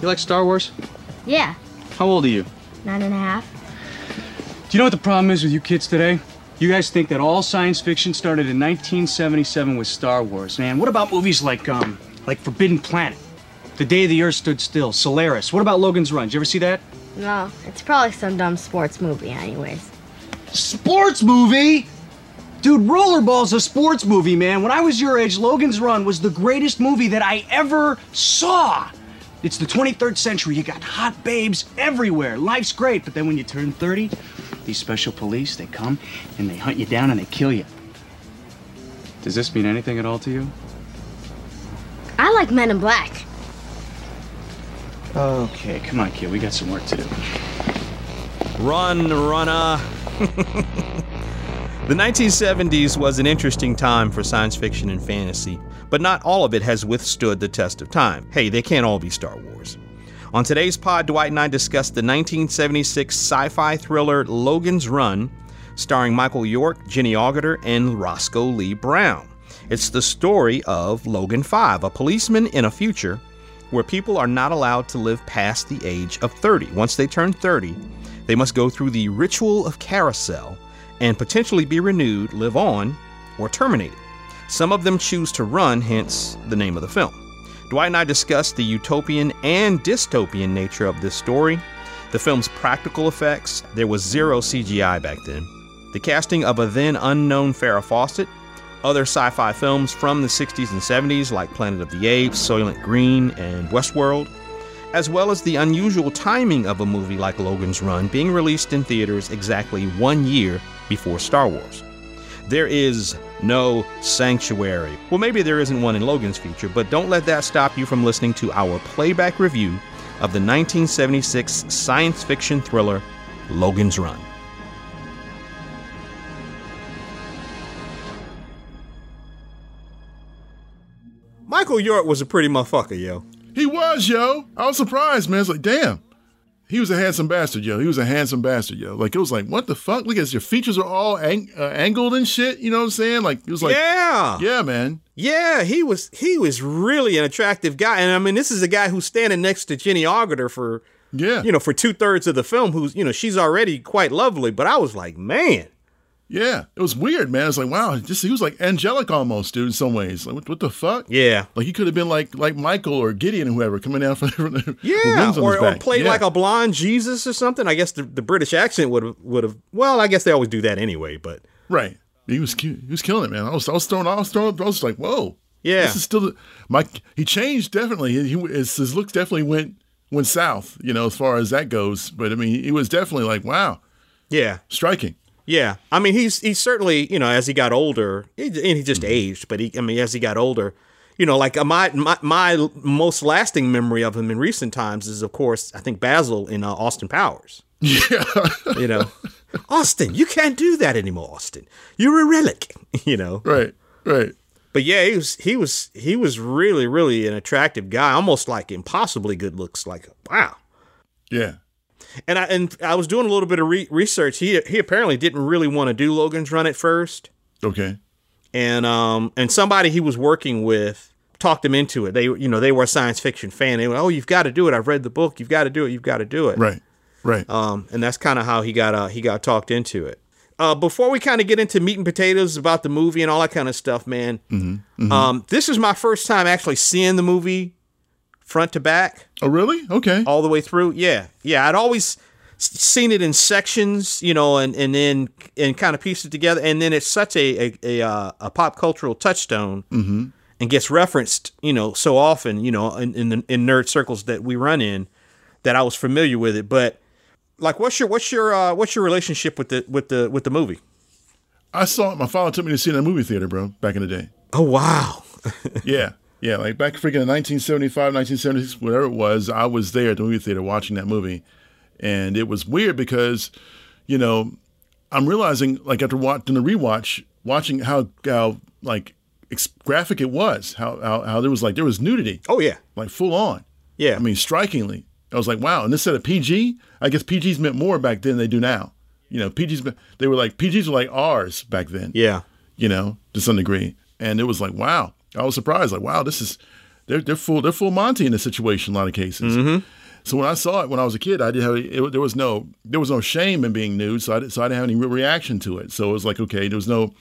You like Star Wars? Yeah, How old are you? nine and a half. Do you know what the problem is with you kids today? You guys think that all science fiction started in 1977 with Star Wars, man. What about movies like um, like Forbidden Planet, The Day the Earth Stood Still, Solaris? What about Logan's Run? Did you ever see that? No, it's probably some dumb sports movie, anyways. Sports movie? Dude, Rollerball's a sports movie, man. When I was your age, Logan's Run was the greatest movie that I ever saw. It's the 23rd century. You got hot babes everywhere. Life's great, but then when you turn 30, these special police, they come and they hunt you down and they kill you. Does this mean anything at all to you? I like Men in Black. Okay, come on, kid. We got some work to do. Run, runner. the 1970s was an interesting time for science fiction and fantasy, but not all of it has withstood the test of time. Hey, they can't all be Star Wars. On today's pod, Dwight and I discussed the 1976 sci fi thriller Logan's Run, starring Michael York, Jenny Augier, and Roscoe Lee Brown. It's the story of Logan 5, a policeman in a future where people are not allowed to live past the age of 30. Once they turn 30, they must go through the ritual of carousel and potentially be renewed, live on, or terminated. Some of them choose to run, hence the name of the film. Dwight and I discussed the utopian and dystopian nature of this story, the film's practical effects, there was zero CGI back then, the casting of a then unknown Farrah Fawcett, other sci fi films from the 60s and 70s like Planet of the Apes, Soylent Green, and Westworld, as well as the unusual timing of a movie like Logan's Run being released in theaters exactly one year before Star Wars. There is no sanctuary. Well, maybe there isn't one in Logan's future, but don't let that stop you from listening to our playback review of the 1976 science fiction thriller Logan's Run. Michael York was a pretty motherfucker, yo. He was, yo. I was surprised, man. It's like, damn. He was a handsome bastard, yo. He was a handsome bastard, yo. Like, it was like, what the fuck? Look at this. your features are all ang- uh, angled and shit. You know what I'm saying? Like, it was like, yeah. yeah, man. Yeah, he was he was really an attractive guy, and I mean, this is a guy who's standing next to Jenny Augier for Yeah. you know for two thirds of the film. Who's you know she's already quite lovely, but I was like, man, Yeah. It was weird, man. It's like, wow. Just, he was like angelic almost, dude, in some ways. Like, what, what the fuck? yeah, Like, he could have been like like Michael or Gideon or whoever coming down from the yeah, wings on or, his or back. played Yeah. like a blonde Jesus or something. I guess the, the British accent would have would have. Well, I guess they always do that anyway, but Right. He was cute. He was killing it, man. I was, I was thrown. I was thrown. I was like, whoa. Yeah. This is still the- my. He changed definitely. He, he his, his looks definitely went went south. You know, as far as that goes. But I mean, he was definitely like, wow, yeah, striking. Yeah, I mean, he's he's certainly you know as he got older, he- and he Mm-hmm. just aged. But he, I mean, as he got older, you know, like uh, my my my most lasting memory of him in recent times is, of course, I think Basil in uh, Austin Powers. Yeah. You know, Austin, you can't do that anymore, Austin. You're a relic. You know, right. Right. but yeah, he was he was he was really really an attractive guy, almost like impossibly good looks. Like wow, Yeah. and I and I was doing a little bit of re- research. He he apparently didn't really want to do Logan's Run at first. Okay. and um and somebody he was working with talked him into it. They you know they were a science fiction fan. They went, oh, you've got to do it. I've read the book. You've got to do it. You've got to do it. Right. Right. Um, and that's kind of how he got uh, he got talked into it. Uh, before we kind of get into meat and potatoes about the movie and all that kind of stuff, man. Um, this is my first time actually seeing the movie front to back oh, really? Okay. all the way through. Yeah, yeah. I'd always s- seen it in sections, you know, and and then and kind of pieced it together. And then it's such a a a, uh, a pop cultural touchstone, and gets referenced, you know, so often, you know, in in, the, in nerd circles that we run in, that I was familiar with it. But like, what's your what's your uh, what's your relationship with the with the with the movie? I saw it. My father took me to see it in a movie theater, bro, back in the day. Oh wow, Yeah. Yeah. Like back freaking in 1975, 1976, whatever it was, I was there at the movie theater watching that movie. And it was weird because, you know, I'm realizing, like, after watching the rewatch, watching how, how like, ex- graphic it was, how, how, how there was, like, there was nudity, oh yeah, like, full on. yeah. I mean, strikingly. I was like, wow. And this said a PG, I guess PGs meant more back then than they do now. You know, PGs, me- they were like, PGs were like R's back then yeah. you know, to some degree. And it was like, wow, I was surprised. Like, wow, this is They're they're full they're full Monty in this situation in a lot of cases. So when I saw it when I was a kid, I didn't have it, there was no there was no shame in being nude, so I didn't, so I didn't have any real reaction to it. So it was like okay, there was no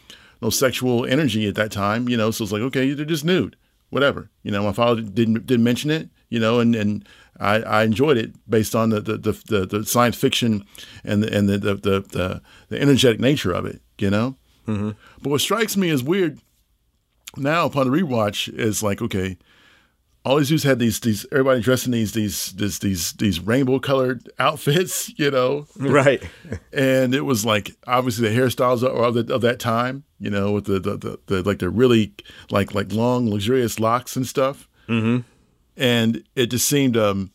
no sexual energy at that time, you know. So it's like okay, they're just nude, whatever. You know, my father didn't didn't mention it, you know, and and I, I enjoyed it based on the the, the, the, the science fiction and the and the the, the the the energetic nature of it, you know. But what strikes me as weird now upon the rewatch is like okay all these dudes had these these everybody dressed in these these this these these rainbow colored outfits you know Right. and it was like obviously the hairstyles of, of, the, of that time you know with the the, the the like the really like like long luxurious locks and stuff mm-hmm. and it just seemed um,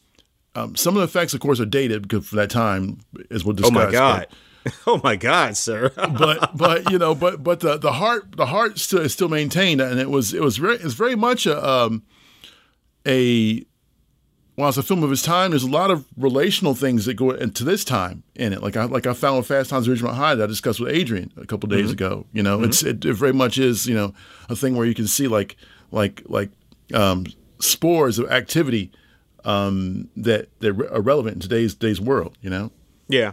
um some of the effects of course are dated because for that time as we'll Oh discuss my but- god. Oh my god, sir. but but you know, but but the the heart the heart still is still maintained, and it was it was very it's very much a um a while it's a film of its time, there's a lot of relational things that go into this time in it. Like I like I found with Fast Times at Ridgemont High that I discussed with Adrian a couple days ago. You know, it's it, it very much is you know a thing where you can see like like like um spores of activity um that that are relevant in today's today's world. You know. yeah.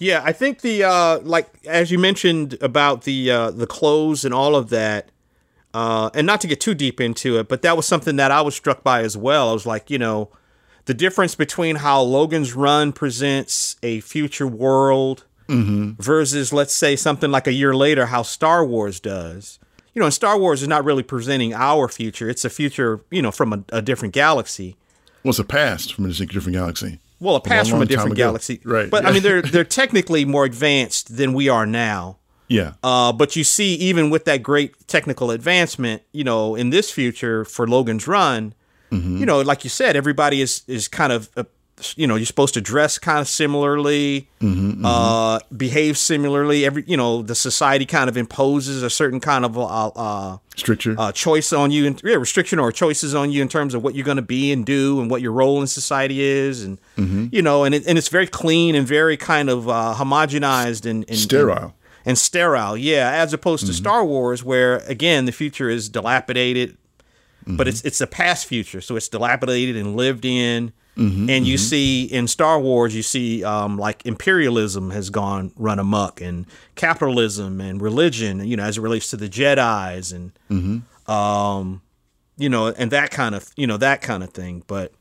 Yeah, I think the uh, like as you mentioned about the uh, the clothes and all of that, uh, and not to get too deep into it, but that was something that I was struck by as well. I was like, you know, the difference between how Logan's Run presents a future world versus, let's say, something like a year later, how Star Wars does. You know, and Star Wars is not really presenting our future; it's a future, you know, from a, a different galaxy. What's the past from a different galaxy? Well, a pass from a long time different ago. galaxy, Right. But I mean, they're they're technically more advanced than we are now. Yeah. Uh, but you see, even with that great technical advancement, you know, in this future for Logan's Run, Mm-hmm. you know, like you said, everybody is is kind of, uh, you know, you're supposed to dress kind of similarly, Mm-hmm, uh, behave similarly. Every, you know, the society kind of imposes a certain kind of uh, uh, stricture. uh, choice on you, and yeah, restriction or choices on you in terms of what you're going to be and do, and what your role in society is, and you know, and it, and it's very clean and very kind of uh, homogenized and, and Sterile. and sterile, yeah, as opposed to Star Wars, where again the future is dilapidated, but it's it's a past future, so it's dilapidated and lived in. and you see in Star Wars, you see um, like imperialism has gone run amok, and capitalism and religion, you know, as it relates to the Jedi's and um, you know, and that kind of you know that kind of thing. But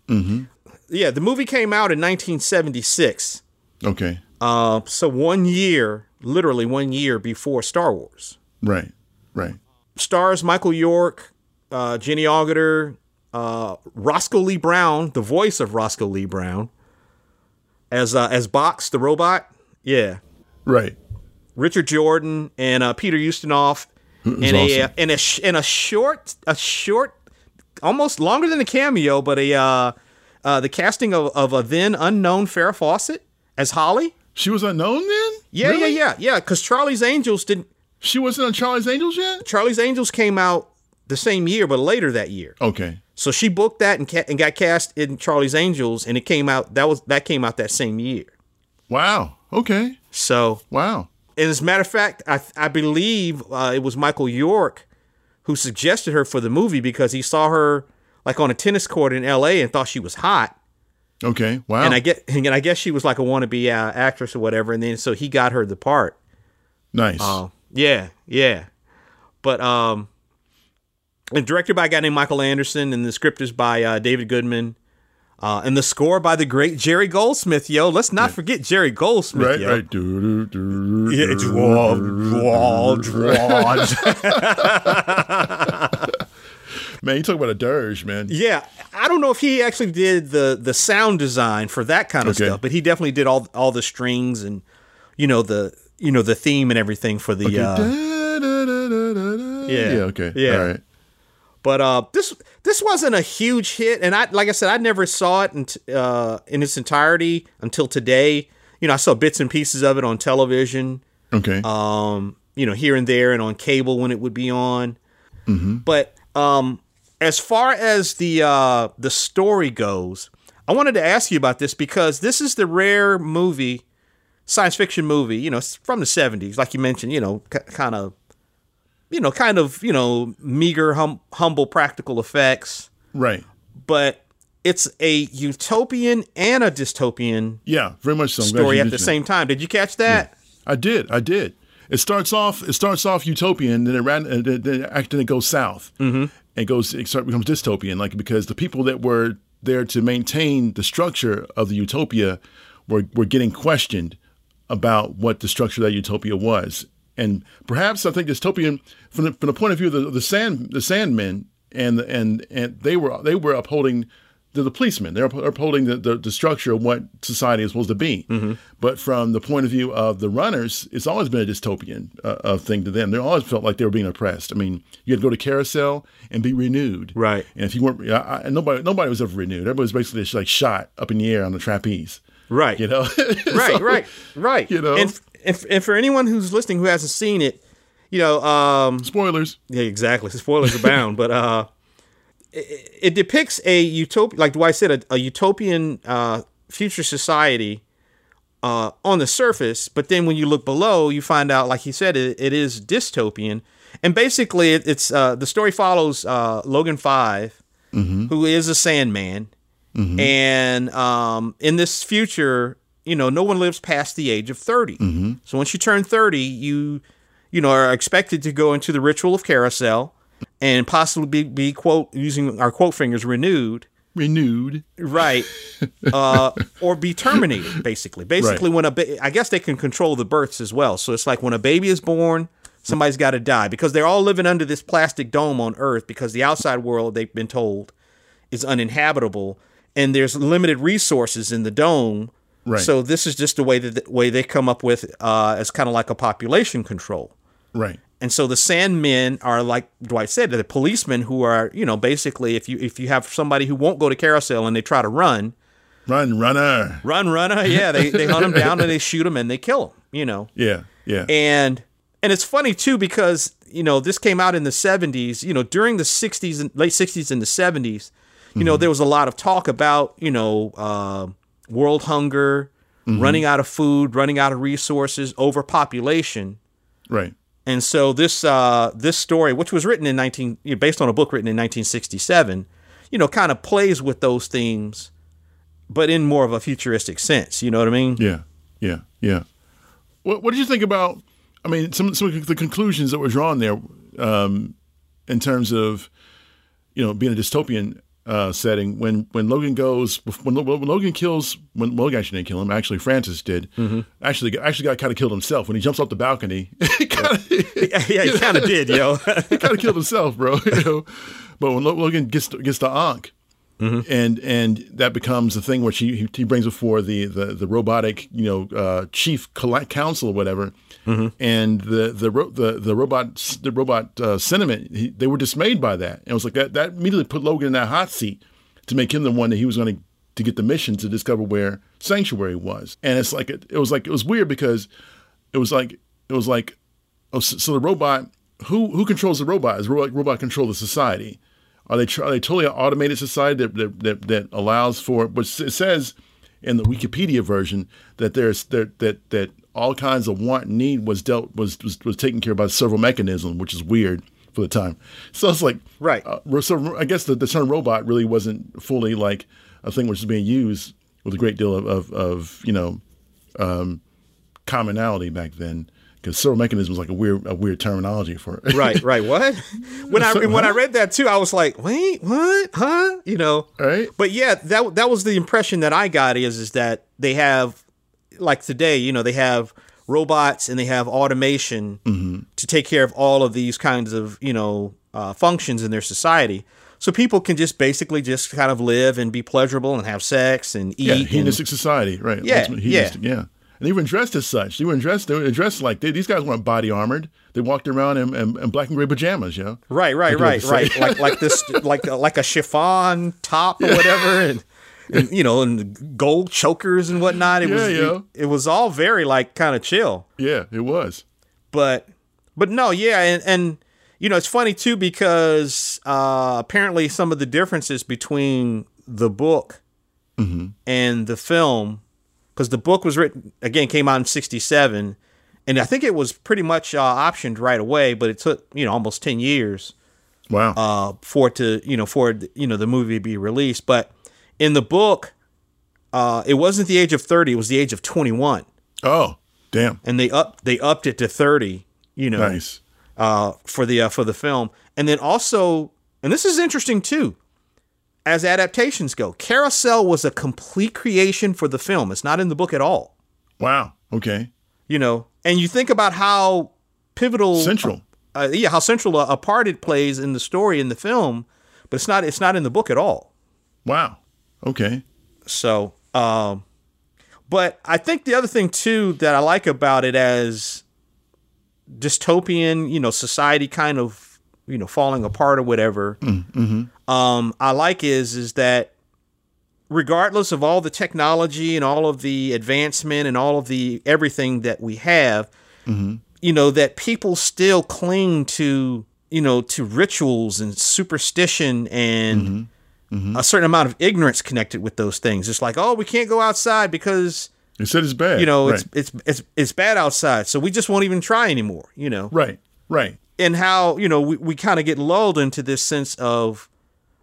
yeah, the movie came out in 1976. okay. Uh, so one year, literally one year before Star Wars. Right. Right. Stars Michael York, uh, Jenny Augier, uh, Roscoe Lee Brown, the voice of Roscoe Lee Brown, as uh, as Box the robot. Yeah, Right. Richard Jordan and uh, Peter Ustinov, and a awesome. and a sh- and a short a short, almost longer than a cameo, but a uh, uh, the casting of, of a then unknown Farrah Fawcett as Holly. She was unknown then? Yeah, Really? yeah, yeah, yeah. Because Charlie's Angels didn't. She wasn't on Charlie's Angels yet? Charlie's Angels came out the same year, but later that year. Okay. So she booked that and, ca- and got cast in Charlie's Angels, and it came out that was that came out that same year. Wow. Okay. So, Wow. and as a matter of fact, I I believe uh, it was Michael York who suggested her for the movie because he saw her like on a tennis court in L.A. and thought she was hot, Okay. Wow. and I get and I guess she was like a wannabe uh, actress or whatever, and then so he got her the part. nice. Oh, yeah, yeah. But um, and directed by a guy named Michael Anderson, and the script is by uh, David Goodman, uh, and the score by the great Jerry Goldsmith. Yo, let's not forget Jerry Goldsmith. right, yo. right. Do, do, do, Yeah, do, it's do, raw, do, raw, do, do. raw. Man, you talk about a dirge, man. Yeah, I don't know if he actually did the the sound design for that kind of Okay. stuff, but he definitely did all all the strings and you know the you know the theme and everything for the. Uh, Da, da, da, da, da, da. Yeah. Yeah, okay. Yeah. All right. But uh, this this wasn't a huge hit, and I like I said, I never saw it in, t- uh, in its entirety until today. You know, I saw bits and pieces of it on television, Okay. um, you know, here and there, and on cable when it would be on. But um, as far as the uh, the story goes, I wanted to ask you about this because this is the rare movie, science fiction movie. You know, it's from the '70s, like you mentioned. You know, k- kind of, you know, kind of, you know, meager, hum- humble practical effects. Right. but it's a utopian and a dystopian Yeah, very much so. I'm glad story you at the mentioned it. same time. Did you catch that? I did. I did. It starts off. It starts off utopian, then it ran. uh, Then then it actually goes south, mm-hmm. and goes. It start, becomes dystopian, like because the people that were there to maintain the structure of the utopia were were getting questioned about what the structure of that utopia was, and perhaps I think dystopian from the, from the point of view of the, the sand the sandmen and the, and and they were they were upholding they're the policemen. They're up- upholding the, the, the structure of what society is supposed to be. Mm-hmm. But from the point of view of the runners, it's always been a dystopian uh, uh, thing to them. They always felt like they were being oppressed. I mean, you had to go to carousel and be renewed, Right. And if you weren't, I, I, nobody nobody was ever renewed. Everybody was basically just like shot up in the air on the trapeze, Right. you know? Right, right, right. you know. and, f- and, f- and for anyone who's listening who hasn't seen it, you know, um, Spoilers. Yeah, exactly. Spoilers abound, but uh, it, it depicts a utopia, like Dwight said, a, a utopian uh, future society uh, on the surface. But then when you look below, you find out, like he said, it, it is dystopian. And basically, it, it's uh, the story follows uh, Logan 5 who is a Sandman, and um, in this future, you know, no one lives past the age of 30 So once you turn thirty, you you know are expected to go into the ritual of carousel and possibly be, be quote using our quote fingers renewed, Renewed. right, uh, or be terminated. Basically, basically when a ba- I guess they can control the births as well. So it's like when a baby is born. Somebody's got to die because they're all living under this plastic dome on Earth because the outside world, they've been told, is uninhabitable and there's limited resources in the dome. Right. So this is just the way that the way they come up with uh, as kind of like a population control. Right. And so the Sandmen are like Dwight said, they're the policemen who are you know basically if you if you have somebody who won't go to carousel and they try to run, Run, runner. run, runner, yeah, they they hunt them down and they shoot them and they kill them. You know Yeah. Yeah. and and it's funny too because you know this came out in the 70s you know during the 60s and late 60s and the 70s you know there was a lot of talk about you know uh, world hunger running out of food running out of resources overpopulation right. and so this uh, this story, which was written in nineteen, you know, based on a book written in nineteen sixty seven, you know, kind of plays with those themes, but in more of a futuristic sense. You know what I mean? Yeah, yeah, yeah. What, what did you think about? I mean, some some of the conclusions that were drawn there, um, in terms of, you know, being a dystopian uh, setting. When when Logan goes, when, Lo- when Logan kills, when Logan actually didn't kill him. Actually, Francis did. Actually, actually got kind of killed himself when he jumps off the balcony. kind of yeah, he kind of did, yo. killed himself, bro. You know? But when Lo- Logan gets gets the ankh, and and that becomes the thing where she he, he brings before the, the the robotic you know uh, chief colla- council or whatever, and the the ro- the the robot the robot uh, sentiment he, they were dismayed by that and it was like that that immediately put Logan in that hot seat to make him the one that he was going to to get the mission to discover where sanctuary was and it's like it, it was like it was weird because it was like it was like oh so, so the robot who who controls the robot is robot robot control the society are they tr- are they totally an automated society that that, that, that allows for? But s- it says in the Wikipedia version that there's that that that all kinds of want and need was dealt was was, was taken care of by several mechanism, which is weird for the time. So it's like Right. Uh, ro- so I guess the, the term robot really wasn't fully like a thing which is being used with a great deal of of, of you know um, commonality back then. Because several mechanism was like a weird, a weird terminology for it. right right what when i when i read that too i was like wait what huh you know Right. but yeah that that was the impression that i got is is that they have like today you know they have robots and they have automation Mm-hmm. to take care of all of these kinds of you know uh, functions in their society so people can just basically just kind of live and be pleasurable and have sex and eat Yeah, and- hedonistic society, right? Yeah, Ultimate hedonistic, yeah. yeah. And they were dressed as such. They were dressed. They were dressed like they, these guys weren't body armored. They walked around in, in, in black and gray pajamas, yo. Right, right, Like you right, were right. saying. like like this, like like a chiffon top or whatever, and, and you know, and gold chokers and whatnot. It Yeah, was yeah. It, it was all very like kind of chill, Yeah, it was. but but no, yeah, and and you know, it's funny too because uh, apparently some of the differences between the book Mm-hmm. and the film, because the book was written again came out in '67, and I think it was pretty much uh, optioned right away, but it took you know almost ten years Wow. uh, for it to you know for it- you know the movie to be released. But in the book, uh, it wasn't the age of thirty; it was the age of twenty-one, oh, damn. and they up they upped it to thirty. You know, Nice. uh, for the uh, for the film, and then also, and this is interesting too. As adaptations go, Carousel was a complete creation for the film. It's not in the book at all. Wow. Okay. You know, and you think about how pivotal Central. uh, yeah, how central a, a part it plays in the story in the film, but it's not it's not in the book at all. Wow. Okay. So, um, but I think the other thing too that I like about it as dystopian, you know, society kind of you know falling apart or whatever. Um, I like is is that regardless of all the technology and all of the advancement and all of the everything that we have, you know that people still cling to you know to rituals and superstition and a certain amount of ignorance connected with those things. It's like, oh, we can't go outside because They said it's bad. you know right. it's, it's it's it's bad outside, so we just won't even try anymore. You know, right. Right. and how you know we, we kind of get lulled into this sense of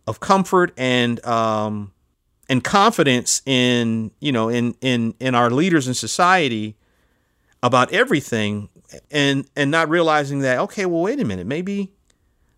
of comfort and um and confidence in you know in in in our leaders in society about everything and and not realizing that okay well wait a minute maybe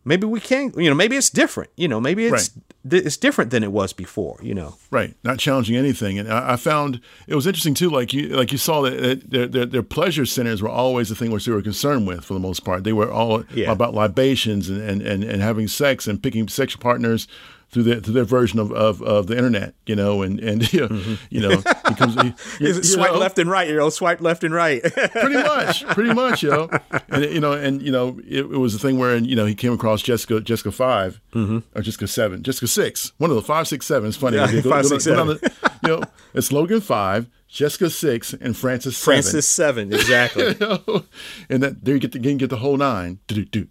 maybe we can you know maybe it's different you know maybe it's th- it's different than it was before you know Right, not challenging anything, and I, I found it was interesting too. Like you, like you saw that, that their, their their pleasure centers were always the thing which they were concerned with for the most part. They were all Yeah. about libations and, and, and, and having sex and picking sexual partners through their through their version of, of, of the internet, you know, and and you know, you know, it comes- you- you know? and right you know swipe left and right pretty much, pretty much, you know. And you know, and you know, it, it was a thing where you know he came across Jessica, Jessica 5 or Jessica seven, Jessica six, one of the five, six, seven. It's funny. Mm-hmm. Yeah, Okay, five, six, down the- you know, it's Logan five, Jessica six, and Francis seven. francis 7 exactly and that there you get the you get the whole nine. Do-do-do.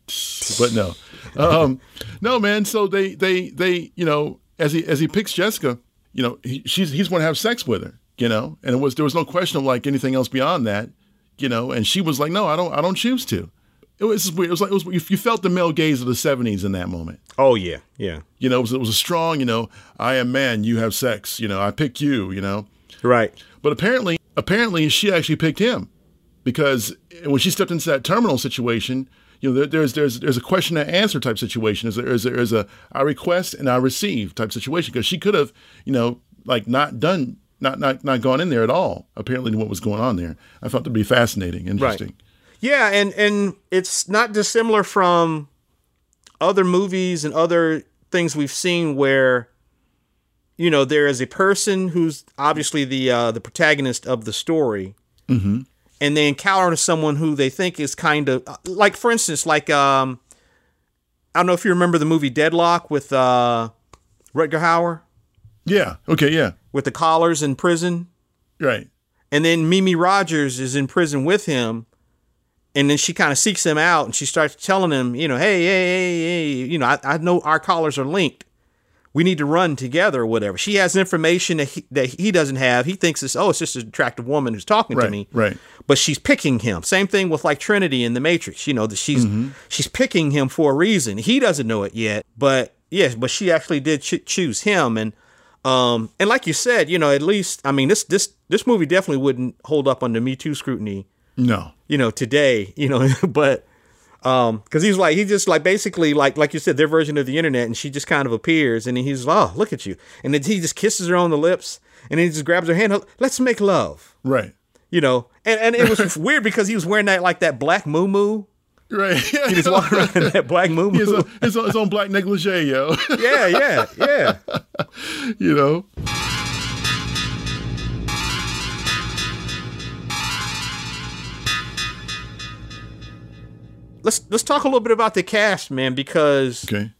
But no, um, no, man. So they they they you know as he as he picks Jessica, you know he, she's he's going to have sex with her, you know, and it was there was no question of like anything else beyond that, you know, and she was like, no, I don't I don't choose to. It was just weird. It was like it was, you you felt the male gaze of the seventies in that moment. oh yeah yeah You know, it was, it was a strong, you know, I am man, you have sex, you know, I pick you, you know. right But apparently, apparently, she actually picked him because when she stepped into that terminal situation, you know, there, there's there's there's a question and answer type situation. Is there is there is a I request and I receive type situation because she could have, you know, like not done, not not not gone in there at all. Apparently, to what was going on there, I found that to be fascinating, interesting. Yeah, and and it's not dissimilar from other movies and other things we've seen where you know there is a person who's obviously the uh, the protagonist of the story, mm-hmm. and they encounter someone who they think is kind of like, for instance, like um, I don't know if you remember the movie Deadlock with uh, Rutger Hauer Yeah. Okay. Yeah. with the collars in prison Right. and then Mimi Rogers is in prison with him, and then she kind of seeks him out, and she starts telling him, you know, hey, hey, hey, hey, you know, I, I know our collars are linked. We need to run together or whatever. She has information that he, that he doesn't have. He thinks it's oh, it's just an attractive woman who's talking to Right. me, Right. but she's picking him. Same thing with like Trinity in the Matrix. You know that she's she's picking him for a reason. He doesn't know it yet, but yes, but she actually did ch- choose him. And um and like you said, you know, at least I mean this this this movie definitely wouldn't hold up under Me Too scrutiny. No. You know today, you know, but um because he's like he's just like basically like like you said their version of the internet, and she just kind of appears, and he's oh look at you, and then he just kisses her on the lips, and then he just grabs her hand, let's make love Right. you know. And and it was weird because he was wearing that like that black moo Right. He He's walking around in that black moo his, own, his, own, his own black negligee, yo. Yeah, yeah, yeah. you know. Let's let's talk a little bit about the cast, man, because Okay.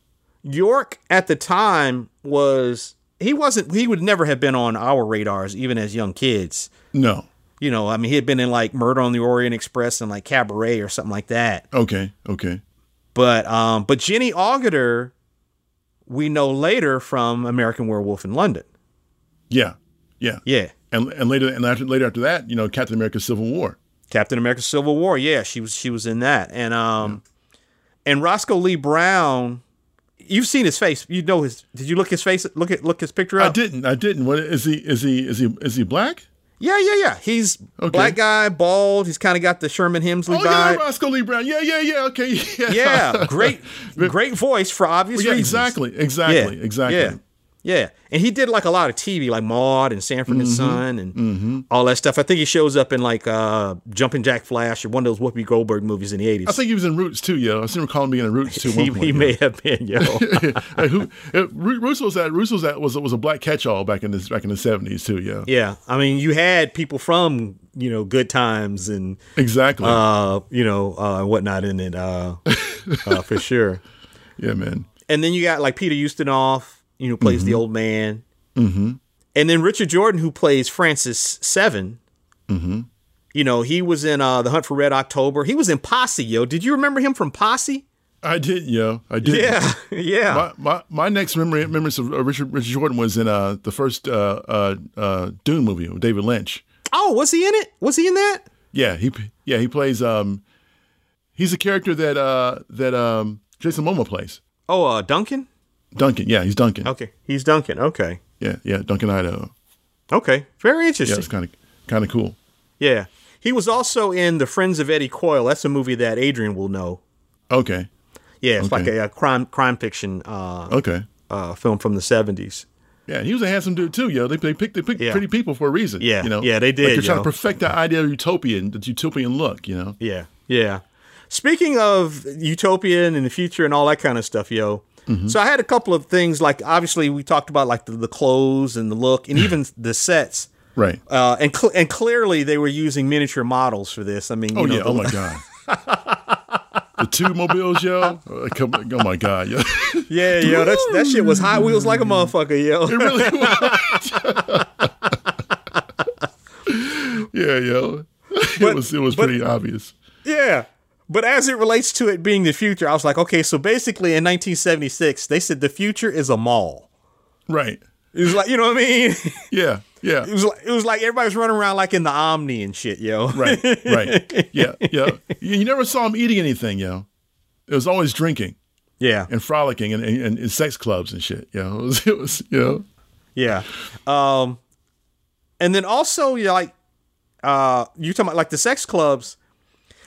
York at the time was he wasn't he would never have been on our radars even as young kids. No. You know, I mean, he had been in like Murder on the Orient Express and like Cabaret or something like that. Okay. Okay. But um, but Jenny Augier, we know later from American Werewolf in London. Yeah. Yeah. Yeah, and and later and after later after that, you know, Captain America: Civil War. Captain America Civil War. Yeah, she was she was in that. And um and Roscoe Lee Brown You've seen his face. You know his. Did you look his face? Look at look his picture up. I didn't. I didn't. What is he? Is he? Is he? Is he black? Yeah, yeah, yeah. He's Okay. black guy, bald. He's kind of got the Sherman Hemsley Oh yeah, vibe. Roscoe Lee Brown. Yeah, yeah, yeah. Okay, yeah, yeah, great, great voice for obvious yeah, reasons. exactly, exactly, exactly. Yeah. Yeah. And he did like a lot of TV, like Maud and Sanford and Mm-hmm. Son and all that stuff. I think he shows up in like uh Jumping Jack Flash or one of those Whoopi Goldberg movies in the eighties. I think he was in Roots too, yo. I seem to recall him being in Roots too. at one he, he point, may have been, yo. yeah. Like, who, uh, Ru- Roots was that? Roots was that was was a black catch-all back in this back in the seventies too, yeah. yeah. I mean, you had people from, you know, Good Times and Exactly. uh, you know, uh and whatnot in it, uh, uh for sure. yeah, man. And then you got like Peter Ustinov, you know, plays the old man. Mm-hmm. And then Richard Jordan, who plays Francis 7 Mm-hmm. You know, he was in uh, The Hunt for Red October. He was in Posse, yo. Did you remember him from Posse? I did, yo. I did. Yeah, yeah. My, my my next memory memories of uh, Richard Richard Jordan was in uh the first uh uh, uh Dune movie with David Lynch. Oh, was he in it? Was he in that? Yeah, he yeah he plays um he's a character that uh that um Jason Momoa plays Oh, uh, Duncan? Duncan. Yeah, he's Duncan. Okay. He's Duncan. Okay. Yeah, yeah, Duncan Idaho. Okay. Very Yeah, interesting. it's kind of kind of cool. yeah. He was also in The Friends of Eddie Coyle. That's a movie that Adrian will know. Okay, Yeah, it's Okay. like a, a crime crime fiction uh, okay. uh, film from the 70s. Yeah, he was a handsome dude too, yo. They they picked they picked Yeah. pretty people for a reason. Yeah, you know. yeah, they did, Like they're trying yo. to perfect that idea of utopian, the utopian look, you know. Yeah, yeah. Speaking of utopian and the future and all that kind of stuff, yo. Mm-hmm. So I had a couple of things like obviously we talked about like the, the clothes and the look and even the sets. Right. Uh, and cl- and clearly they were using miniature models for this. I mean, you oh know, yeah. the- Oh my god. the two mobiles, yo. Uh, come- Oh my god, yo. it yeah, yo, that's that shit was Hot Wheels like a motherfucker, yo. really was. yeah, yo. It was it was pretty obvious. yeah. But as it relates to it being the future, I was like, okay, so basically in 1976 they said the future is a mall. Right. It was like, you know what I mean? Yeah. Yeah. It was like, it was like everybody's running around like in the Omni and shit, yo. Right, right. Yeah, yeah. You, you never saw him eating anything, yo. It was always drinking Yeah. and frolicking and, and, and, sex clubs and shit, yo. It was, it was you know. Yeah. Um and then also you know, like uh you talking about like the sex clubs.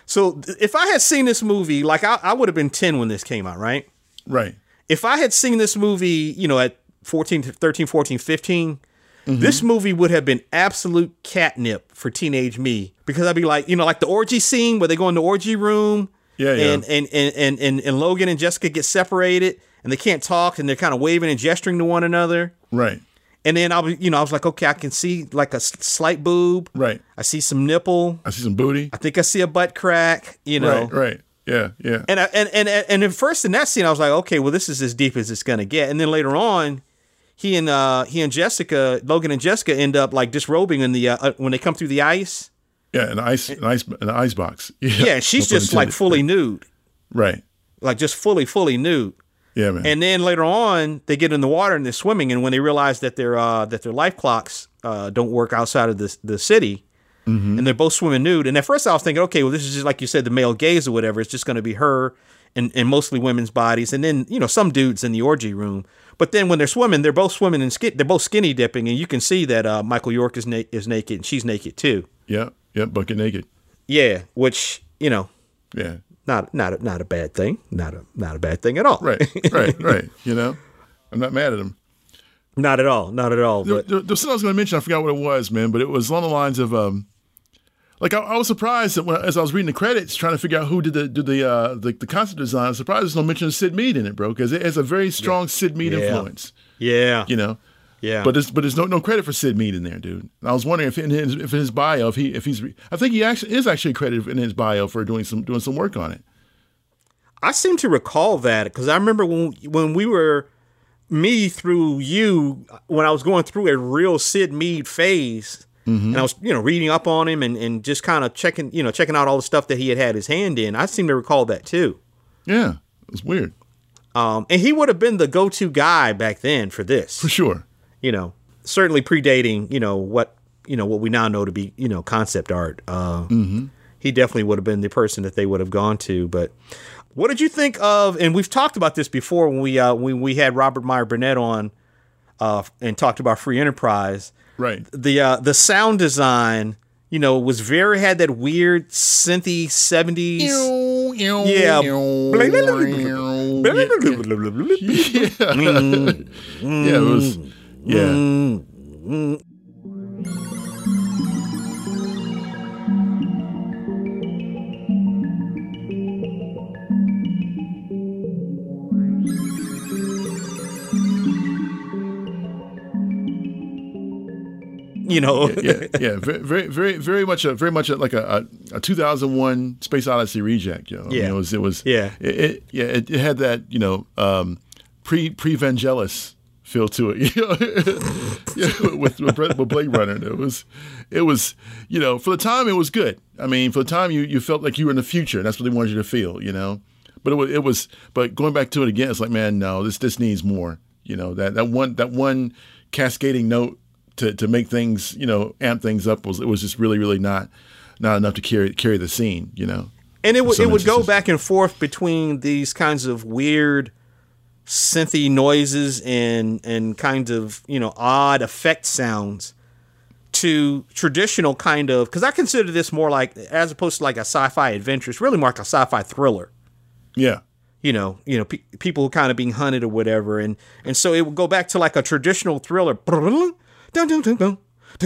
So th- if I had seen this movie, like I, I would have been 10 when this came out, right? Right. If I had seen this movie, you know, at 14, 13, 14, 15, Mm-hmm. this movie would have been absolute catnip for teenage me because I'd be like, you know, like the orgy scene where they go in the orgy room Yeah, yeah. and and and and and, and Logan and Jessica get separated and they can't talk and they're kind of waving and gesturing to one another. Right. And then I was, you know, I was like, okay, I can see like a s- slight boob. Right. I see some nipple. I see some booty. I think I see a butt crack. You know. Right, right. Yeah, yeah. And I and and and at first in that scene, I was like, okay, well, this is as deep as it's gonna get. And then later on, he and uh he and Jessica, Logan and Jessica, end up like disrobing in the uh, uh, when they come through the ice. yeah, an ice an ice an ice box. Yeah. Yeah, and she's No pun just like intended. fully nude, Right. like just fully fully nude. Yeah, man. And then later on, they get in the water and they're swimming. And when they realize that their uh, that their life clocks uh, don't work outside of the the city, and they're both swimming nude. And at first, I was thinking, okay, well, this is just like you said, the male gaze or whatever. It's just going to be her and and mostly women's bodies, and then you know some dudes in the orgy room. But then when they're swimming, they're both swimming and skin, they're both skinny dipping, and you can see that uh, Michael York is na- is naked and she's naked too. yeah, yeah, bucket naked. Yeah, which you know, Yeah. not not a, not a bad thing, not a not a bad thing at all. Right, right, right. You know? I'm not mad at him. not at all, not at all. But there, there was something I was going to mention. I forgot what it was, man, but it was along the lines of, um, like I, I was surprised that when, as I was reading the credits, trying to figure out who did the did the uh, the, the concept design. I was surprised there's no mention of Sid Mead in it, bro, because it has a very strong Sid Mead Yeah. influence. yeah, You know, yeah. but there's but there's no, no credit for Sid Mead in there, dude. And I was wondering if in his if in his bio if he if he's re- I think he actually is actually credited in his bio for doing some doing some work on it. I seem to recall that because I remember when when we were me through you when I was going through a real Sid Mead phase, and I was you know reading up on him and and just kind of checking you know checking out all the stuff that he had had his hand in. I seem to recall that too. Yeah, it was weird Um, and he would have been the go to guy back then for for this, sure. you know, certainly predating you know what you know what we now know to be you know concept art. Uh, He definitely would have been the person that they would have gone to, but What did you think of? And we've talked about this before when we uh, when we had Robert Meyer Burnett on uh, and talked about free enterprise. Right. The uh, the sound design, you know, was very had that weird synthy seventies. Yeah. Yeah, it was. Yeah. You know, Yeah, yeah, very, very, very, very much, a, very much a, like a, a, a 2001 Space Odyssey reject. You know, I mean, Yeah. it was, it was, Yeah. it, it- yeah, it, it had that, you know, um, pre pre Vangelis feel to it. You know, Yeah, with, with, Brett- with Blade Runner, it was, it was, you know, for the time it was good. I mean, for the time you you felt like you were in the future, and that's what they wanted you to feel. You know, but it was, it was, but going back to it again, it's like, man, no, this this needs more. You know, that that one that one cascading note to, to make things, you know, amp things up was it was just really, really not not enough to carry carry the scene, you know. and it would some it would go instances. back and forth between these kinds of weird synthy noises and and kind of you know odd effect sounds to traditional kind of because I consider this more like as opposed to like a sci-fi adventure. It's really more like a sci-fi thriller. Yeah. You know, you know, pe- people kind of being hunted or whatever, and and so it would go back to like a traditional thriller. Right.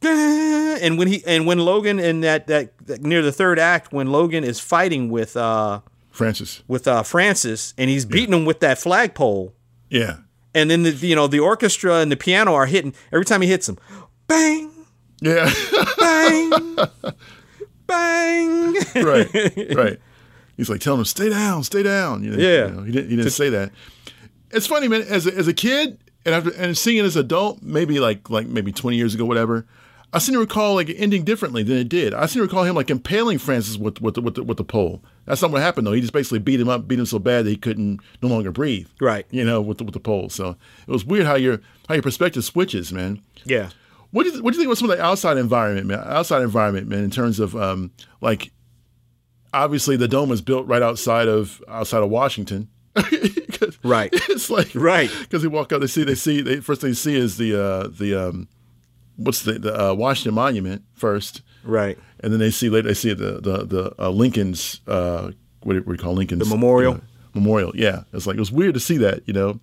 and when he and when Logan in that, that that near the third act when Logan is fighting with uh Francis. with uh Francis and he's beating him with that flagpole Yeah. and then the you know the orchestra and the piano are hitting every time he hits him bang Yeah. bang bang right. Right. He's like telling him, stay down, stay down. You know, Yeah. you know, he didn't he didn't say that. It's funny, man, as a as a kid and after and seeing it as an adult, maybe like like maybe twenty years ago, whatever. I seem to recall like it ending differently than it did. I seem to recall him like impaling Francis with with the, with the, with the pole. That's not what happened though. He just basically beat him up, beat him so bad that he couldn't no longer breathe. Right. You know, with the, with the pole. So it was weird how your how your perspective switches, man. yeah What do you what do you think about some of the outside environment, man? Outside environment, man, in terms of um, like obviously the dome is built right outside of outside of Washington. 'Cause Right. It's like Right. because they walk out, they see they see they first thing they see is the uh, the um, what's the the uh, Washington Monument first, right and then they see later they see the the the uh, Lincoln's uh, what do we call Lincoln's The memorial? uh, memorial, yeah. It's like it was weird to see that, you know.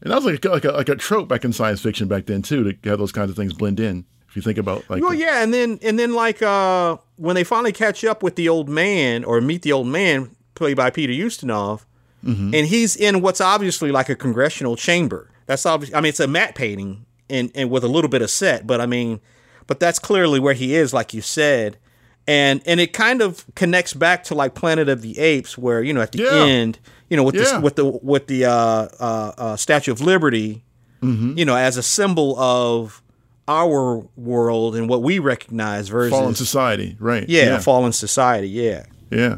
And that was like a, like a like a trope back in science fiction back then too to have those kinds of things blend in. If you think about like well the- yeah and then and then like uh when they finally catch up with the old man or meet the old man played by Peter Ustinov Mm-hmm. and he's in what's obviously like a congressional chamber that's obviously I mean it's a matte painting and and with a little bit of set but I mean but that's clearly where he is like you said and and it kind of connects back to like Planet of the Apes where you know at the Yeah. end you know with this Yeah. with the with the uh, uh, uh, Statue of Liberty you know, as a symbol of our world and what we recognize versus fallen society, right? yeah, yeah, fallen society. Yeah, yeah.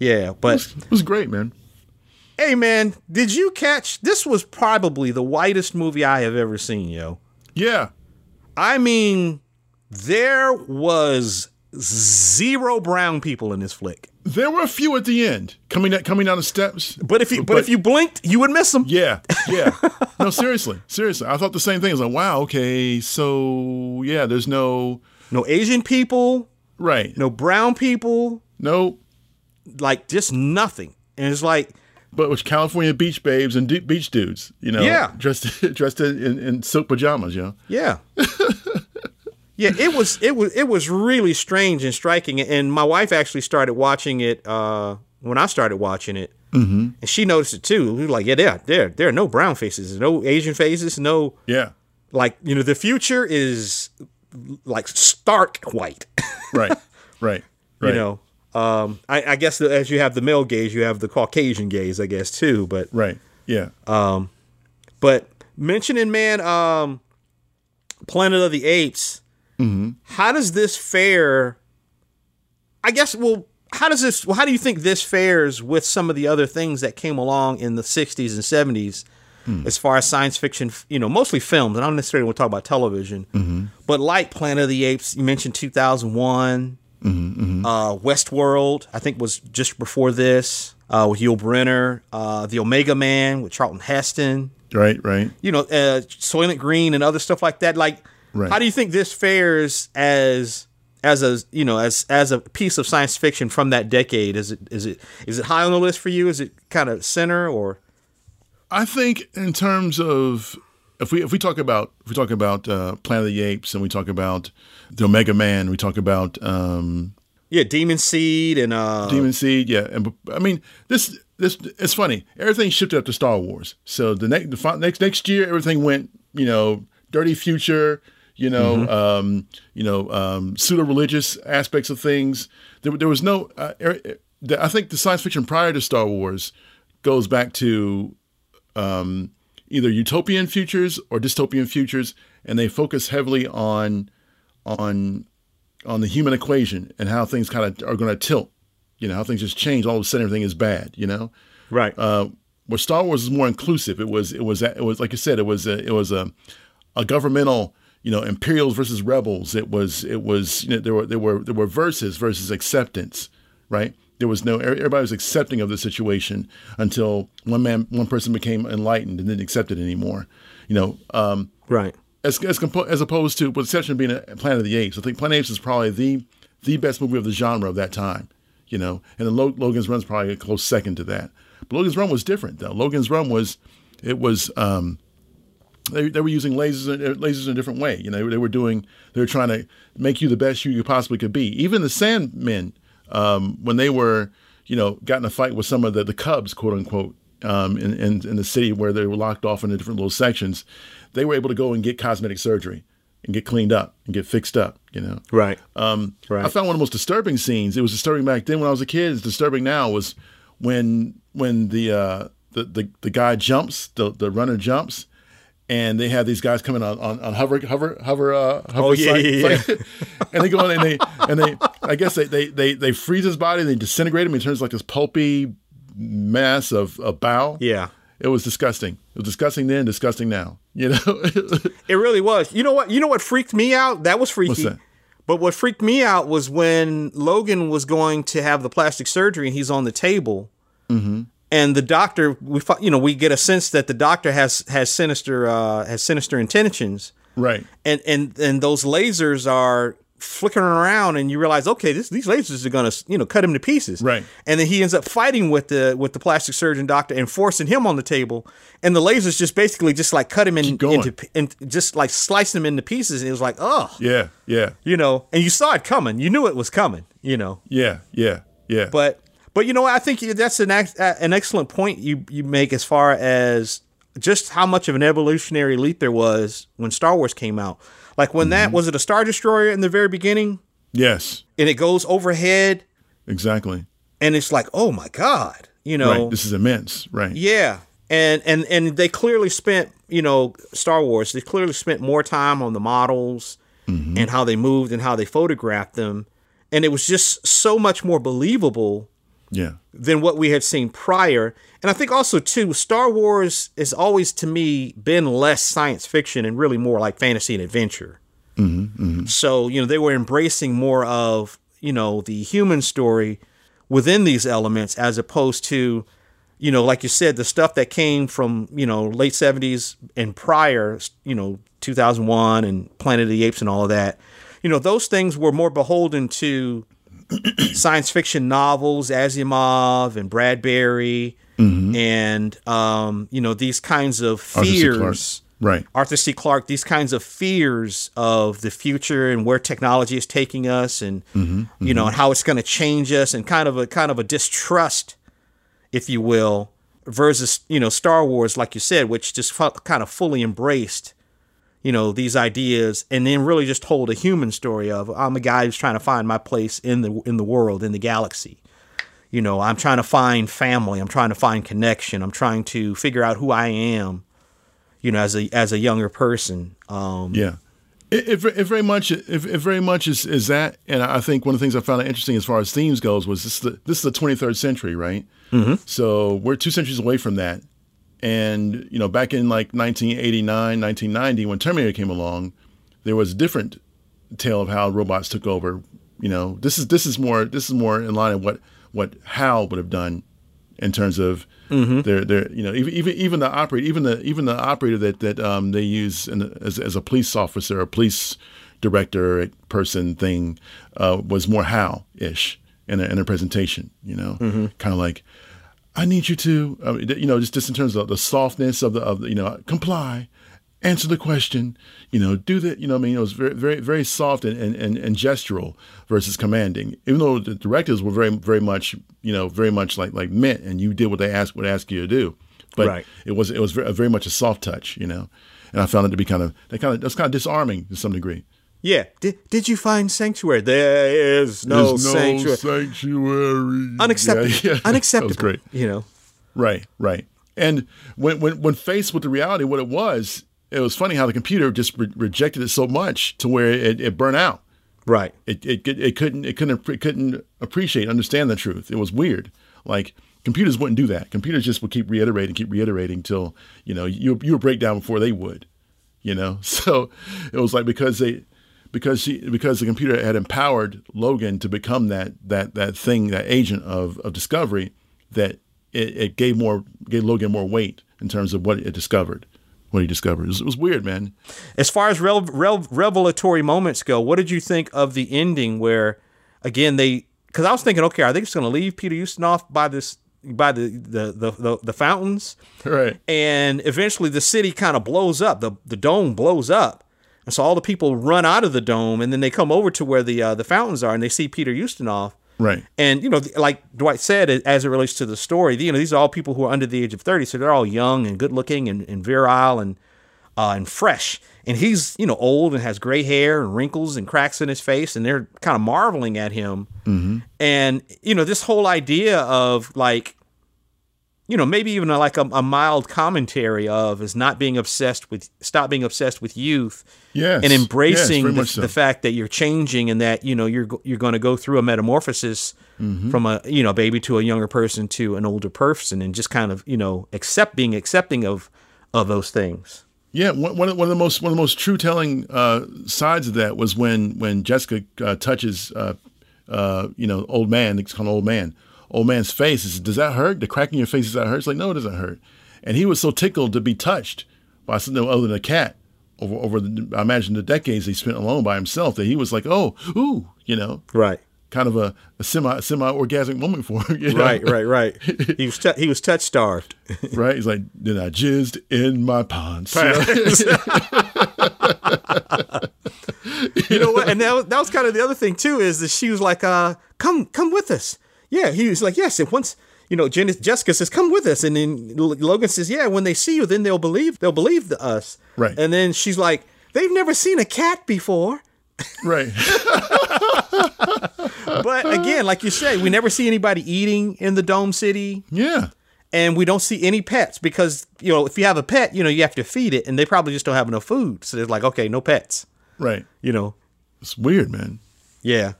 yeah. But It was great, man. hey, man, did you catch? This was probably the whitest movie I have ever seen, yo. Yeah, I mean, there was zero brown people in this flick. there were a few at the end coming down, coming down the steps. But if you but, if But- you blinked, you would miss them. Yeah, yeah. No, seriously, seriously. I thought the same thing. I was like, wow, okay, so yeah, there's no No Asian people, right, no brown people, no like just nothing. And it's like but with California beach babes and du- beach dudes, you know, Yeah. dressed dressed in, in, in silk pajamas, you know. Yeah. yeah, it was it was it was really strange and striking. And my wife actually started watching it uh, when I started watching it, mm-hmm. and she noticed it too. We were like, yeah, there, there, there are no brown faces, no Asian faces, no Yeah, like you know the future is like stark white, right, right, right. you know. Um, I, I guess that as you have the male gaze, you have the Caucasian gaze, I guess too. But right, yeah, But mentioning man, um, Planet of the Apes. How does this fare? I guess. Well, how does this? Well, how do you think this fares with some of the other things that came along in the '60s and '70s, as far as science fiction? You know, mostly films, and I don't necessarily want to talk about television. But like Planet of the Apes, you mentioned 2001. Mm-hmm. Uh, Westworld, I think, was just before this uh, with Yul Brenner. Uh, the Omega Man with Charlton Heston. Right, right. You know, uh, Soylent Green and other stuff like that. Like, Right. how do you think this fares as as a you know as as a piece of science fiction from that decade? Is it is it is it high on the list for you? Is it kind of center or I think in terms of if we if we talk about if we talk about uh, Planet of the Apes and we talk about the Omega Man, we talk about um, yeah, Demon Seed and uh, Demon Seed, yeah. And b- I mean this this it's funny. Everything shifted up to Star Wars. So the next the fi- next next year, everything went you know dirty future. You know, um, you know, um, pseudo religious aspects of things. There, there was no. Uh, er, er- the- I think the science fiction prior to Star Wars goes back to um, either utopian futures or dystopian futures, and they focus heavily on on on the human equation and how things kind of are going to tilt. You know, how things just change. All of a sudden, everything is bad. You know, right? uh, where Star Wars is more inclusive. It was it was it was like you said. It was a, it was a a governmental. You know, Imperials versus rebels. It was it was you know there were there were there were verses versus acceptance. Right. There was no e, everybody was accepting of the situation until one man one person became enlightened and didn't accept it anymore. You know, um, right. as as, compo- as opposed to, with the exception of being a Planet of the Apes, I think Planet of the Apes is probably the the best movie of the genre of that time. You know, and then Lo- Logan's Run's probably a close second to that. But Logan's Run was different though. Logan's Run was it was um, they, they were using lasers uh, lasers in a different way. You know, they were doing they were trying to make you the best you, you possibly could be. Even the Sandmen, um, when they were you know got in a fight with some of the the Cubs, quote unquote, um, in, in in the city where they were locked off into different little sections, they were able to go and get cosmetic surgery and get cleaned up and get fixed up. You know, Right. um, Right. I found one of the most disturbing scenes. It was disturbing back then when I was a kid. It's disturbing now. Was when when the uh, the, the the guy jumps, the the runner jumps, and they have these guys coming on on, on hover hover hover uh, hover Oh, yeah, site- yeah, yeah. site. and they go in and they and they I guess they they they, they freeze his body. They disintegrate him. He turns like this pulpy mass of a bow. Yeah. It was disgusting. It was disgusting then, disgusting now. You know, It really was. You know what? You know what freaked me out? That was freaky. that? But what freaked me out was when Logan was going to have the plastic surgery and he's on the table, and the doctor we fi- you know we get a sense that the doctor has has sinister uh, has sinister intentions, right? and and and those lasers are flickering around and you realize okay this, these lasers are going to you know cut him to pieces Right. and then he ends up fighting with the with the plastic surgeon doctor and forcing him on the table and the lasers just basically just like cut him in, going. into and just like slice him into pieces and it was like oh Yeah, yeah, you know and you saw it coming you knew it was coming you know yeah, yeah, yeah. but but you know what? I think that's an ex- uh, an excellent point you you make as far as just how much of an evolutionary leap there was when Star Wars came out. Like when that was it a Star Destroyer in the very beginning, yes, and it goes overhead, exactly. and it's like, oh my god, you know, Right. This is immense. Right. yeah. And, and and they clearly spent you know Star Wars. They clearly spent more time on the models and how they moved and how they photographed them, and it was just so much more believable Yeah. than what we had seen prior. And I think also too, Star Wars has always to me been less science fiction and really more like fantasy and adventure. So you know they were embracing more of you know the human story within these elements as opposed to you know like you said the stuff that came from you know late 70s and prior you know 2001 and planet of the apes and all of that you know those things were more beholden to science fiction novels, Asimov and Bradbury, and um, you know these kinds of Arthur Mm-hmm. C. Clarke. fears. Right. Arthur C. Clarke, these kinds of fears of the future and where technology is taking us, and you know, and how it's going to change us, and kind of a kind of a distrust, if you will, versus you know Star Wars, like you said, which just fu- kind of fully embraced, you know, these ideas, and then really just told a human story of I'm a guy who's trying to find my place in the in the world, in the galaxy. You know, I'm trying to find family. I'm trying to find connection. I'm trying to figure out who I am you know, as a as a younger person. Um, Yeah. It, it, it very much it, it very much is, is that, and I think one of the things I found interesting as far as themes goes was this is the, this is the 23rd century, right? Mm-hmm. So we're two centuries away from that, and you know back in like 1989, 1990, when Terminator came along, there was a different tale of how robots took over You know, this is this is more this is more in line of what what Hal would have done in terms of their their you know even even even the operator even the even the operator that that um, they use in, the- as as a police officer a police director person thing uh, was more Hal ish in a, in a presentation. You know, kind of like. I need you to, uh, you know, just, just in terms of the softness of the, of the, you know, comply, answer the question, you know, do that. You know, what I mean, it was very, very, very soft and, and, and, and gestural versus commanding. Even though the directives were very, very much, you know, very much like like meant, and you did what they asked, what they asked you to do. But Right. it was it was very, very much a soft touch, you know, and I found it to be kind of that kind of that's kind of disarming to some degree. Yeah. Did, did you find sanctuary? There is no sanctuary. sanctuary. Unacceptable. Yeah, yeah. Unacceptable. That was great. You know. Right, right. And when when when faced with the reality, of what it was, it was funny how the computer just re- rejected it so much to where it, it burnt out. Right. It, it could- it couldn't it couldn't it couldn't appreciate understand the truth. It was weird. Like computers wouldn't do that. Computers just would keep reiterating, keep reiterating till you know you you would break down before they would. You know, so it was like because they because she because the computer had empowered Logan to become that that that thing that agent of of discovery that it, it gave more gave Logan more weight in terms of what it discovered, what he discovered. It was, it was weird, man. As far as rel- rel- revelatory moments go, what did you think of the ending where, again, they? Because I was thinking, okay, are they just going to leave Peter Ustinov by this by the the the, the, the fountains? Right. and eventually the city kind of blows up. the The dome blows up, and so all the people run out of the dome, and then they come over to where the uh, the fountains are, and they see Peter Ustinov. Right. And you know, th- like Dwight said, a- as it relates to the story, you know, these are all people who are under the age of thirty, so they're all young and good looking and, and virile and uh, and fresh. And he's you know old and has gray hair and wrinkles and cracks in his face, and they're kind of marveling at him. And you know, this whole idea of like, you know, maybe even a, like a, a mild commentary of is not being obsessed with stop being obsessed with youth. Yes. And Yes, embracing very the, much so. the fact that you're changing and that you know you're go- you're going to go through a metamorphosis Mm-hmm. from a you know baby to a younger person to an older person and just kind of you know accept being accepting of of those things. Yeah, one, one, of, one of the most one of the most true telling uh, sides of that was when when Jessica uh, touches, uh, uh, you know, old man. It's called old man. Old man's face is. Does that hurt? The crack in your face does that hurt? It's like no, it doesn't hurt. And he was so tickled to be touched by something other than a cat. Over over the, I imagine the decades he spent alone by himself that he was like, oh, ooh, you know, Right. kind of a, a semi semi orgasmic moment for him. you know? Right. Right. Right. he was t- he was touch starved. right? He's like, then I jizzed in my pants. You know what? and that was, that was kind of the other thing too is that she was like, uh, "Come, come with us." Yeah, he was like, "Yes." And once you know, Jen- Jessica says, "Come with us," and then L- Logan says, "Yeah." When they see you, then they'll believe they'll believe the us. Right. And then she's like, "They've never seen a cat before." right. But again, like you say, we never see anybody eating in the Dome City. Yeah. and we don't see any pets because you know if you have a pet you know you have to feed it and they probably just don't have enough food so they're like okay no pets Right. you know It's weird, man. yeah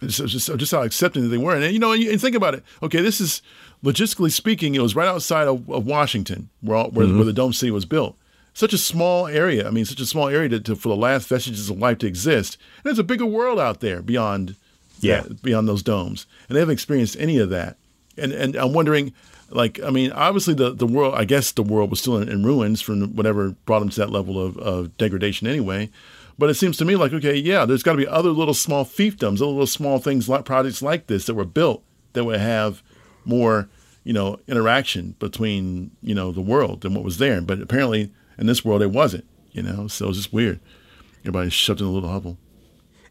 It's just, it's just how accepting that they were. And, you know, and, you, and think about it. Okay, this is, logistically speaking, it was right outside of, of Washington where, all, where, where the Dome City was built. Such a small area. I mean, such a small area to, to, for the last vestiges of life to exist. And there's a bigger world out there beyond Yeah. that- beyond those domes. And they haven't experienced any of that. And and I'm wondering, like, I mean, obviously the, the world, I guess the world was still in, in ruins from whatever brought them to that level of, of degradation anyway. But it seems to me like, okay, yeah, there's got to be other little small fiefdoms, other little small things like projects like this that were built that would have more, you know, interaction between, you know, the world than what was there. But apparently in this world, it wasn't, you know, so it's just weird. Everybody's shoved in a little hovel.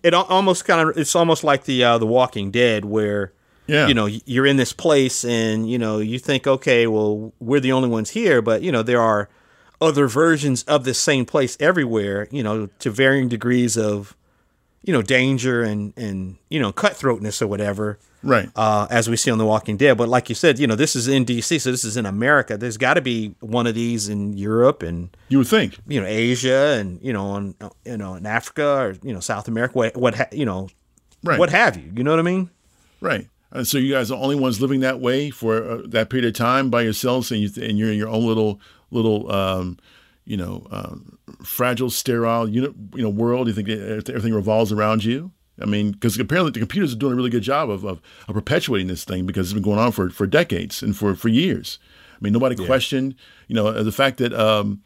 it al- almost kind of it's almost like the uh, the Walking Dead where Yeah. you know y- you're in this place and you know you think okay well we're the only ones here but you know there are other versions of this same place everywhere you know to varying degrees of you know danger and and you know cutthroatness or whatever Right. uh, as we see on The Walking Dead. But like you said, you know, this is in DC, so this is in America. There's got to be one of these in Europe and You would think. you know Asia and you know on you know in Africa or you know South America, what what ha- you know, Right. what have you? You know what I mean? Right. And so you guys are the only ones living that way for uh, that period of time by yourselves, and you and you're in your own little little um, you know um, fragile, sterile unit, you know world. You think that everything revolves around you. I mean, because apparently the computers are doing a really good job of, of, of perpetuating this thing because it's been going on for, for decades and for, for years. I mean, nobody questioned, you know, uh, the fact that um,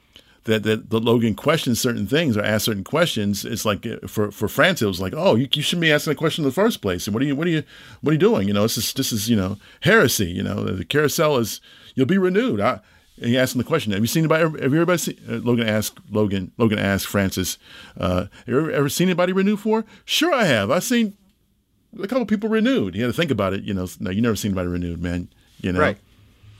that that the Logan questions certain things or asks certain questions. It's like uh, for for France, it was like, oh, you, you shouldn't be asking a question in the first place. And what are you what are you what are you doing? You know, this is this is you know heresy. You know, the carousel is you'll be renewed. I, and he asked him the question: Have you seen anybody? Have you ever seen? Uh, Logan asked Logan. Logan asked Francis, uh, "Have you ever, ever seen anybody renewed for?" Sure, I have. I've seen a couple people renewed. He had to think about it. You know, no, you never seen anybody renewed, man. You know, Right.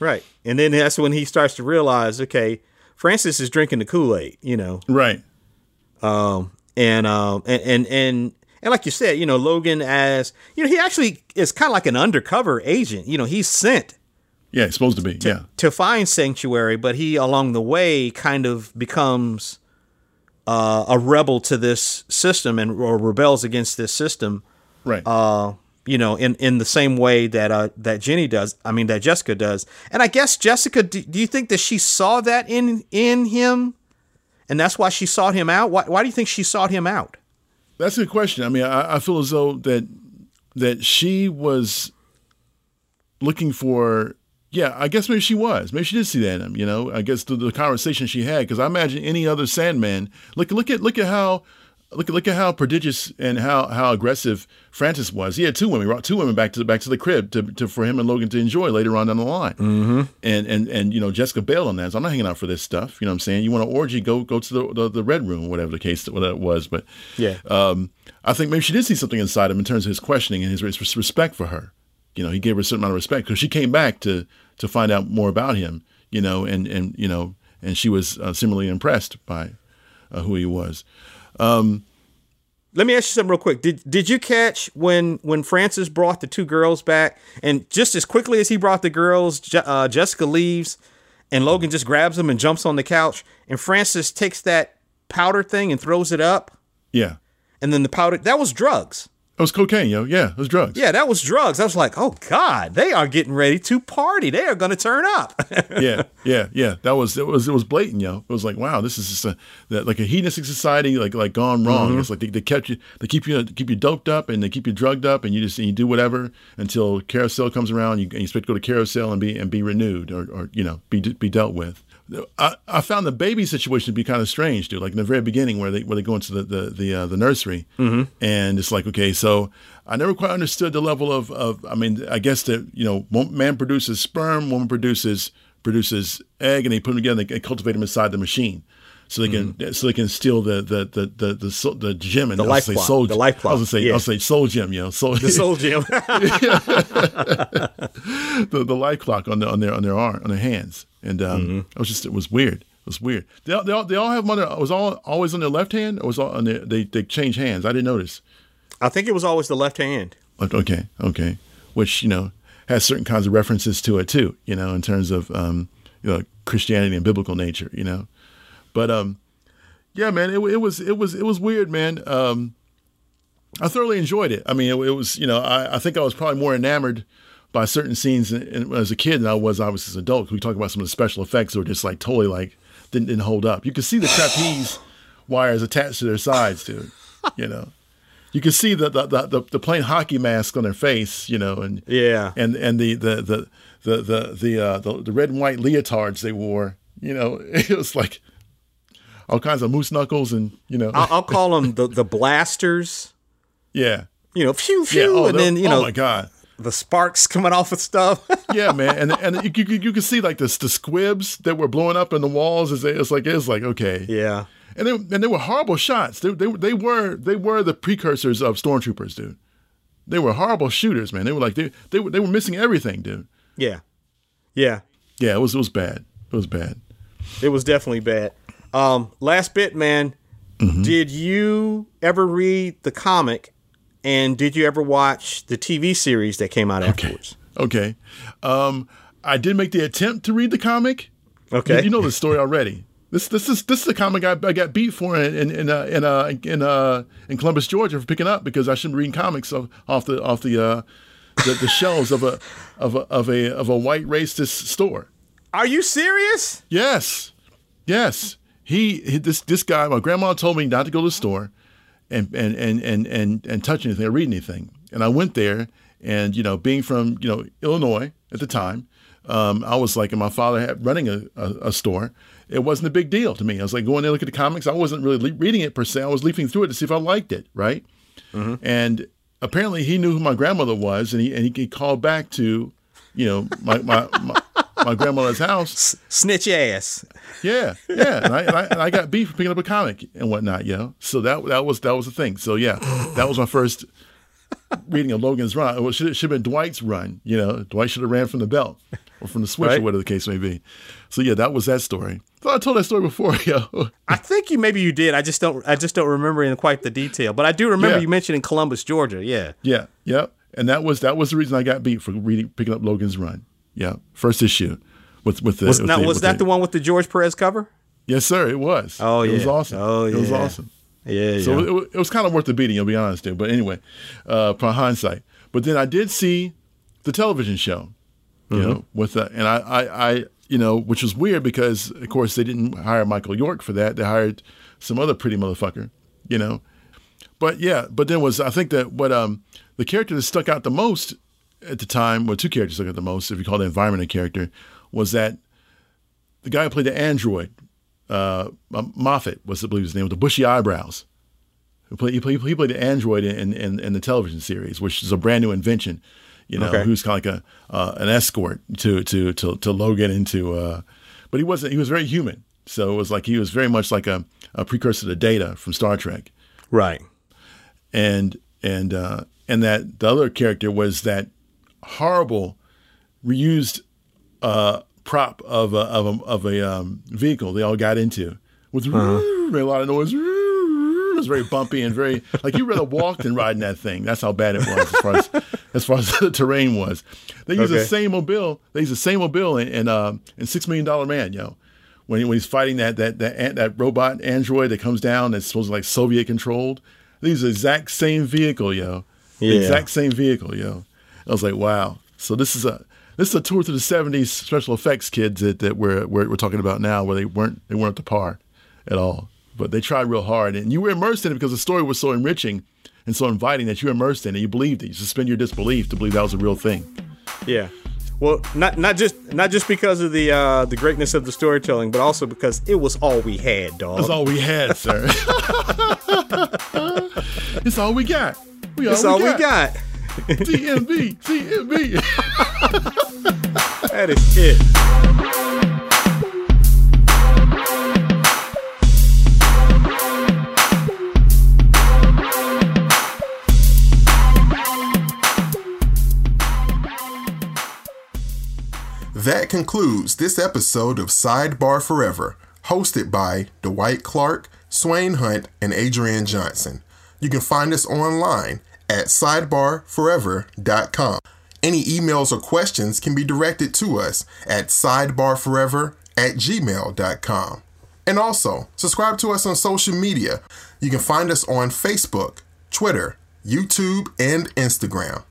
Right. And then that's when he starts to realize, okay, Francis is drinking the Kool-Aid, you know. right, And um and and and, and like you said, you know, Logan as you know, he actually is kind of like an undercover agent. You know, he's sent yeah, it's supposed to be, yeah. to find sanctuary, but he along the way kind of becomes uh, a rebel to this system and or rebels against this system. Right. You know, in, in the same way that uh, that Jenny does. I mean, that Jessica does. And I guess Jessica, do, do you think that she saw that in in him, and that's why she sought him out? Why Why do you think she sought him out? That's a good question. I mean, I, I feel as though that that she was looking for. Yeah, I guess maybe she was. Maybe she did see that in him. You know, I guess through the conversation she had, because I imagine any other Sandman. Look, look at look at how. Look, look at how prodigious and how, how aggressive Francis was. He had two women, brought two women back to the back to the crib to, to for him and Logan to enjoy later on down the line. Mm-hmm. And and and you know Jessica bailed on that. So I'm not hanging out for this stuff. You know what I'm saying? You want an orgy? Go go to the the, the red room, whatever the case whatever it was. But Yeah. um, I think maybe she did see something inside him in terms of his questioning and his res- respect for her. You know, he gave her a certain amount of respect because she came back to to find out more about him. You know, and and you know, and she was uh, similarly impressed by uh, who he was. Let me ask you something real quick. Did did you catch when when Francis brought the two girls back, and just as quickly as he brought the girls, Je- uh, Jessica leaves, and Logan just grabs them and jumps on the couch, and Francis takes that powder thing and throws it up, Yeah, and then the powder that was drugs. it was cocaine, yo. Yeah, it was drugs. Yeah, that was drugs. I was like, oh god, they are getting ready to party. They are going to turn up. yeah, yeah, yeah. That was it was it was blatant, yo. It was like, wow, this is just a that, like a hedonistic society, like like gone wrong. It's like they, they kept you, they keep you, keep you doped up, and they keep you drugged up, and you just and you do whatever until carousel comes around. You, and you expect to go to carousel and be and be renewed or, or you know be be dealt with. I, I found the baby situation to be kind of strange, dude. Like in the very beginning, where they where they go into the the the, uh, the nursery, and it's like, okay, so I never quite understood the level of of. I mean, I guess that you know, one man produces sperm, woman produces produces egg, and they put them together and they cultivate them inside the machine, so they can so they can steal the the the the the, so- the gem and the life say plot, soul, Mm. the life plot, I was gonna say yeah. I'll say soul gem, you know, soul the Soul Jim. the, the life clock on the on their on their arm on their hands, and um, Mm-hmm. it was just it was weird. It was weird. They all, they all, they all have them on their was all always on their left hand or was all on their they they change hands. I didn't notice. I think it was always the left hand. Like, okay, okay, which you know has certain kinds of references to it too. You know, in terms of um, you know Christianity and biblical nature. You know, but um, yeah, man, it, it was it was it was weird, man. Um, I thoroughly enjoyed it. I mean, it, it was you know I, I think I was probably more enamored by certain scenes in, in, as a kid than I was obviously as an adult. We talk about some of the special effects that were just like totally like didn't, didn't hold up. You could see the trapeze wires attached to their sides, dude. You know, you could see the the, the, the the plain hockey mask on their face, you know, and Yeah. and and the the the the the the, uh, the, the red and white leotards they wore. You know, it was like all kinds of moose knuckles and you know, I'll, I'll call them the the blasters. yeah, You know, phew, yeah. phew, and they- then you oh know my god, the sparks coming off of stuff. yeah, man, and and you you, you could see like the the squibs that were blowing up in the walls. Is it's like it's like okay, yeah. and they and they were horrible shots. They they they were they were the precursors of stormtroopers, dude. They were horrible shooters, man. They were like they they were, they were missing everything, dude. Yeah. Yeah. Yeah, it was it was bad. It was bad. It was definitely bad. Um, last bit, man. Mm-hmm. Did you ever read the comic and did you ever watch the TV series that came out afterwards? Okay, um, I did make the attempt to read the comic. Okay. You, you know the story already. This this is this is the comic I, I got beat for in in in uh, in, uh, in, uh, in Columbus, Georgia, for picking up because I shouldn't be reading comics off, off the off the, uh, the the shelves of a of a of a of a white racist store. Are you serious? Yes, yes. He, he- this this guy. My grandma told me not to go to the store, and and and and and, and touch anything or read anything. And I went there, and you know, being from you know Illinois at the time, um, I was like, and my father had running a, a, a store. It wasn't a big deal to me. I was like going there, look at the comics. I wasn't really le- reading it per se. I was leafing through it to see if I liked it, right? And apparently, he knew who my grandmother was, and he and he, he called back to, you know, my my, my, my grandmother's house. Snitch ass. Yeah, yeah, and I, and I and I got beef for picking up a comic and whatnot, you know. So that that was that was the thing. So yeah, that was my first reading of Logan's run. It should should have been Dwight's run, you know. Dwight should have ran from the belt or from the switch Right. or whatever the case may be. So yeah, that was that story. So I told that story before, yo. I think you maybe you did. I just don't. I just don't remember in quite the detail. But I do remember Yeah. you mentioned in Columbus, Georgia. Yeah. yeah, yeah, and that was that was the reason I got beat for reading picking up Logan's run. Yeah, first issue with with the Was with now the, was with that the one with the George Perez cover? Yes, sir, it was. Oh, it was yeah. awesome. Oh, it was yeah. awesome. Yeah. So yeah. it, wa- it was kind of worth the beating, I'll be honest there. But anyway, uh, from hindsight. But then I did see the television show, you Mm-hmm. know, with the, and I, I, I, you know, which was weird because, of course, they didn't hire Michael York for that. They hired some other pretty motherfucker, you know. But yeah, but then was I think that what um the character that stuck out the most at the time, well, two characters stuck out the most, if you call the environment a character, was that the guy who played the android, uh, Moffat was I believe his name, with the bushy eyebrows. He played, he played, he played the android in, in, in the television series, which is a brand new invention. You know, Okay. who's kind of like a uh, an escort to to to to Logan and to, uh, but he wasn't. He was very human, so it was like he was very much like a, a precursor to Data from Star Trek right. and and uh, and that the other character was that horrible reused uh, prop of a of a, of a um, vehicle they all got into with made a lot of noise. It was very bumpy and very like you rather walked than riding that thing. That's how bad it was as far as as far as the terrain was. They use the Okay. same mobile. They use the same mobile in in, um in Six Million Dollar Man, yo. When, he- when he's fighting that that that an- that robot android that comes down that's supposed to like Soviet controlled, they use the exact same vehicle, yo. The Yeah. exact same vehicle, yo. I was like, wow. So this is a this is a tour through the '70s special effects kids that, that we're, we're we're talking about now, where they weren't they weren't up to par at all, but they tried real hard, and you were immersed in it because the story was so enriching and so inviting that you were immersed in it. You believed it. You suspend your disbelief to believe that was a real thing. Yeah. Well, not not just not just because of the uh, the greatness of the storytelling, but also because it was all we had, dog. That's all we had, sir. it's all we got. We all, That's all we got. CMB, CMB. That is it. That concludes this episode of Sidebar Forever, hosted by Dwight Clark, Swain Hunt, and Adrian Johnson. You can find us online at sidebarforever.com. Any emails or questions can be directed to us at sidebarforever at gmail.com. And also, subscribe to us on social media. You can find us on Facebook, Twitter, YouTube, and Instagram.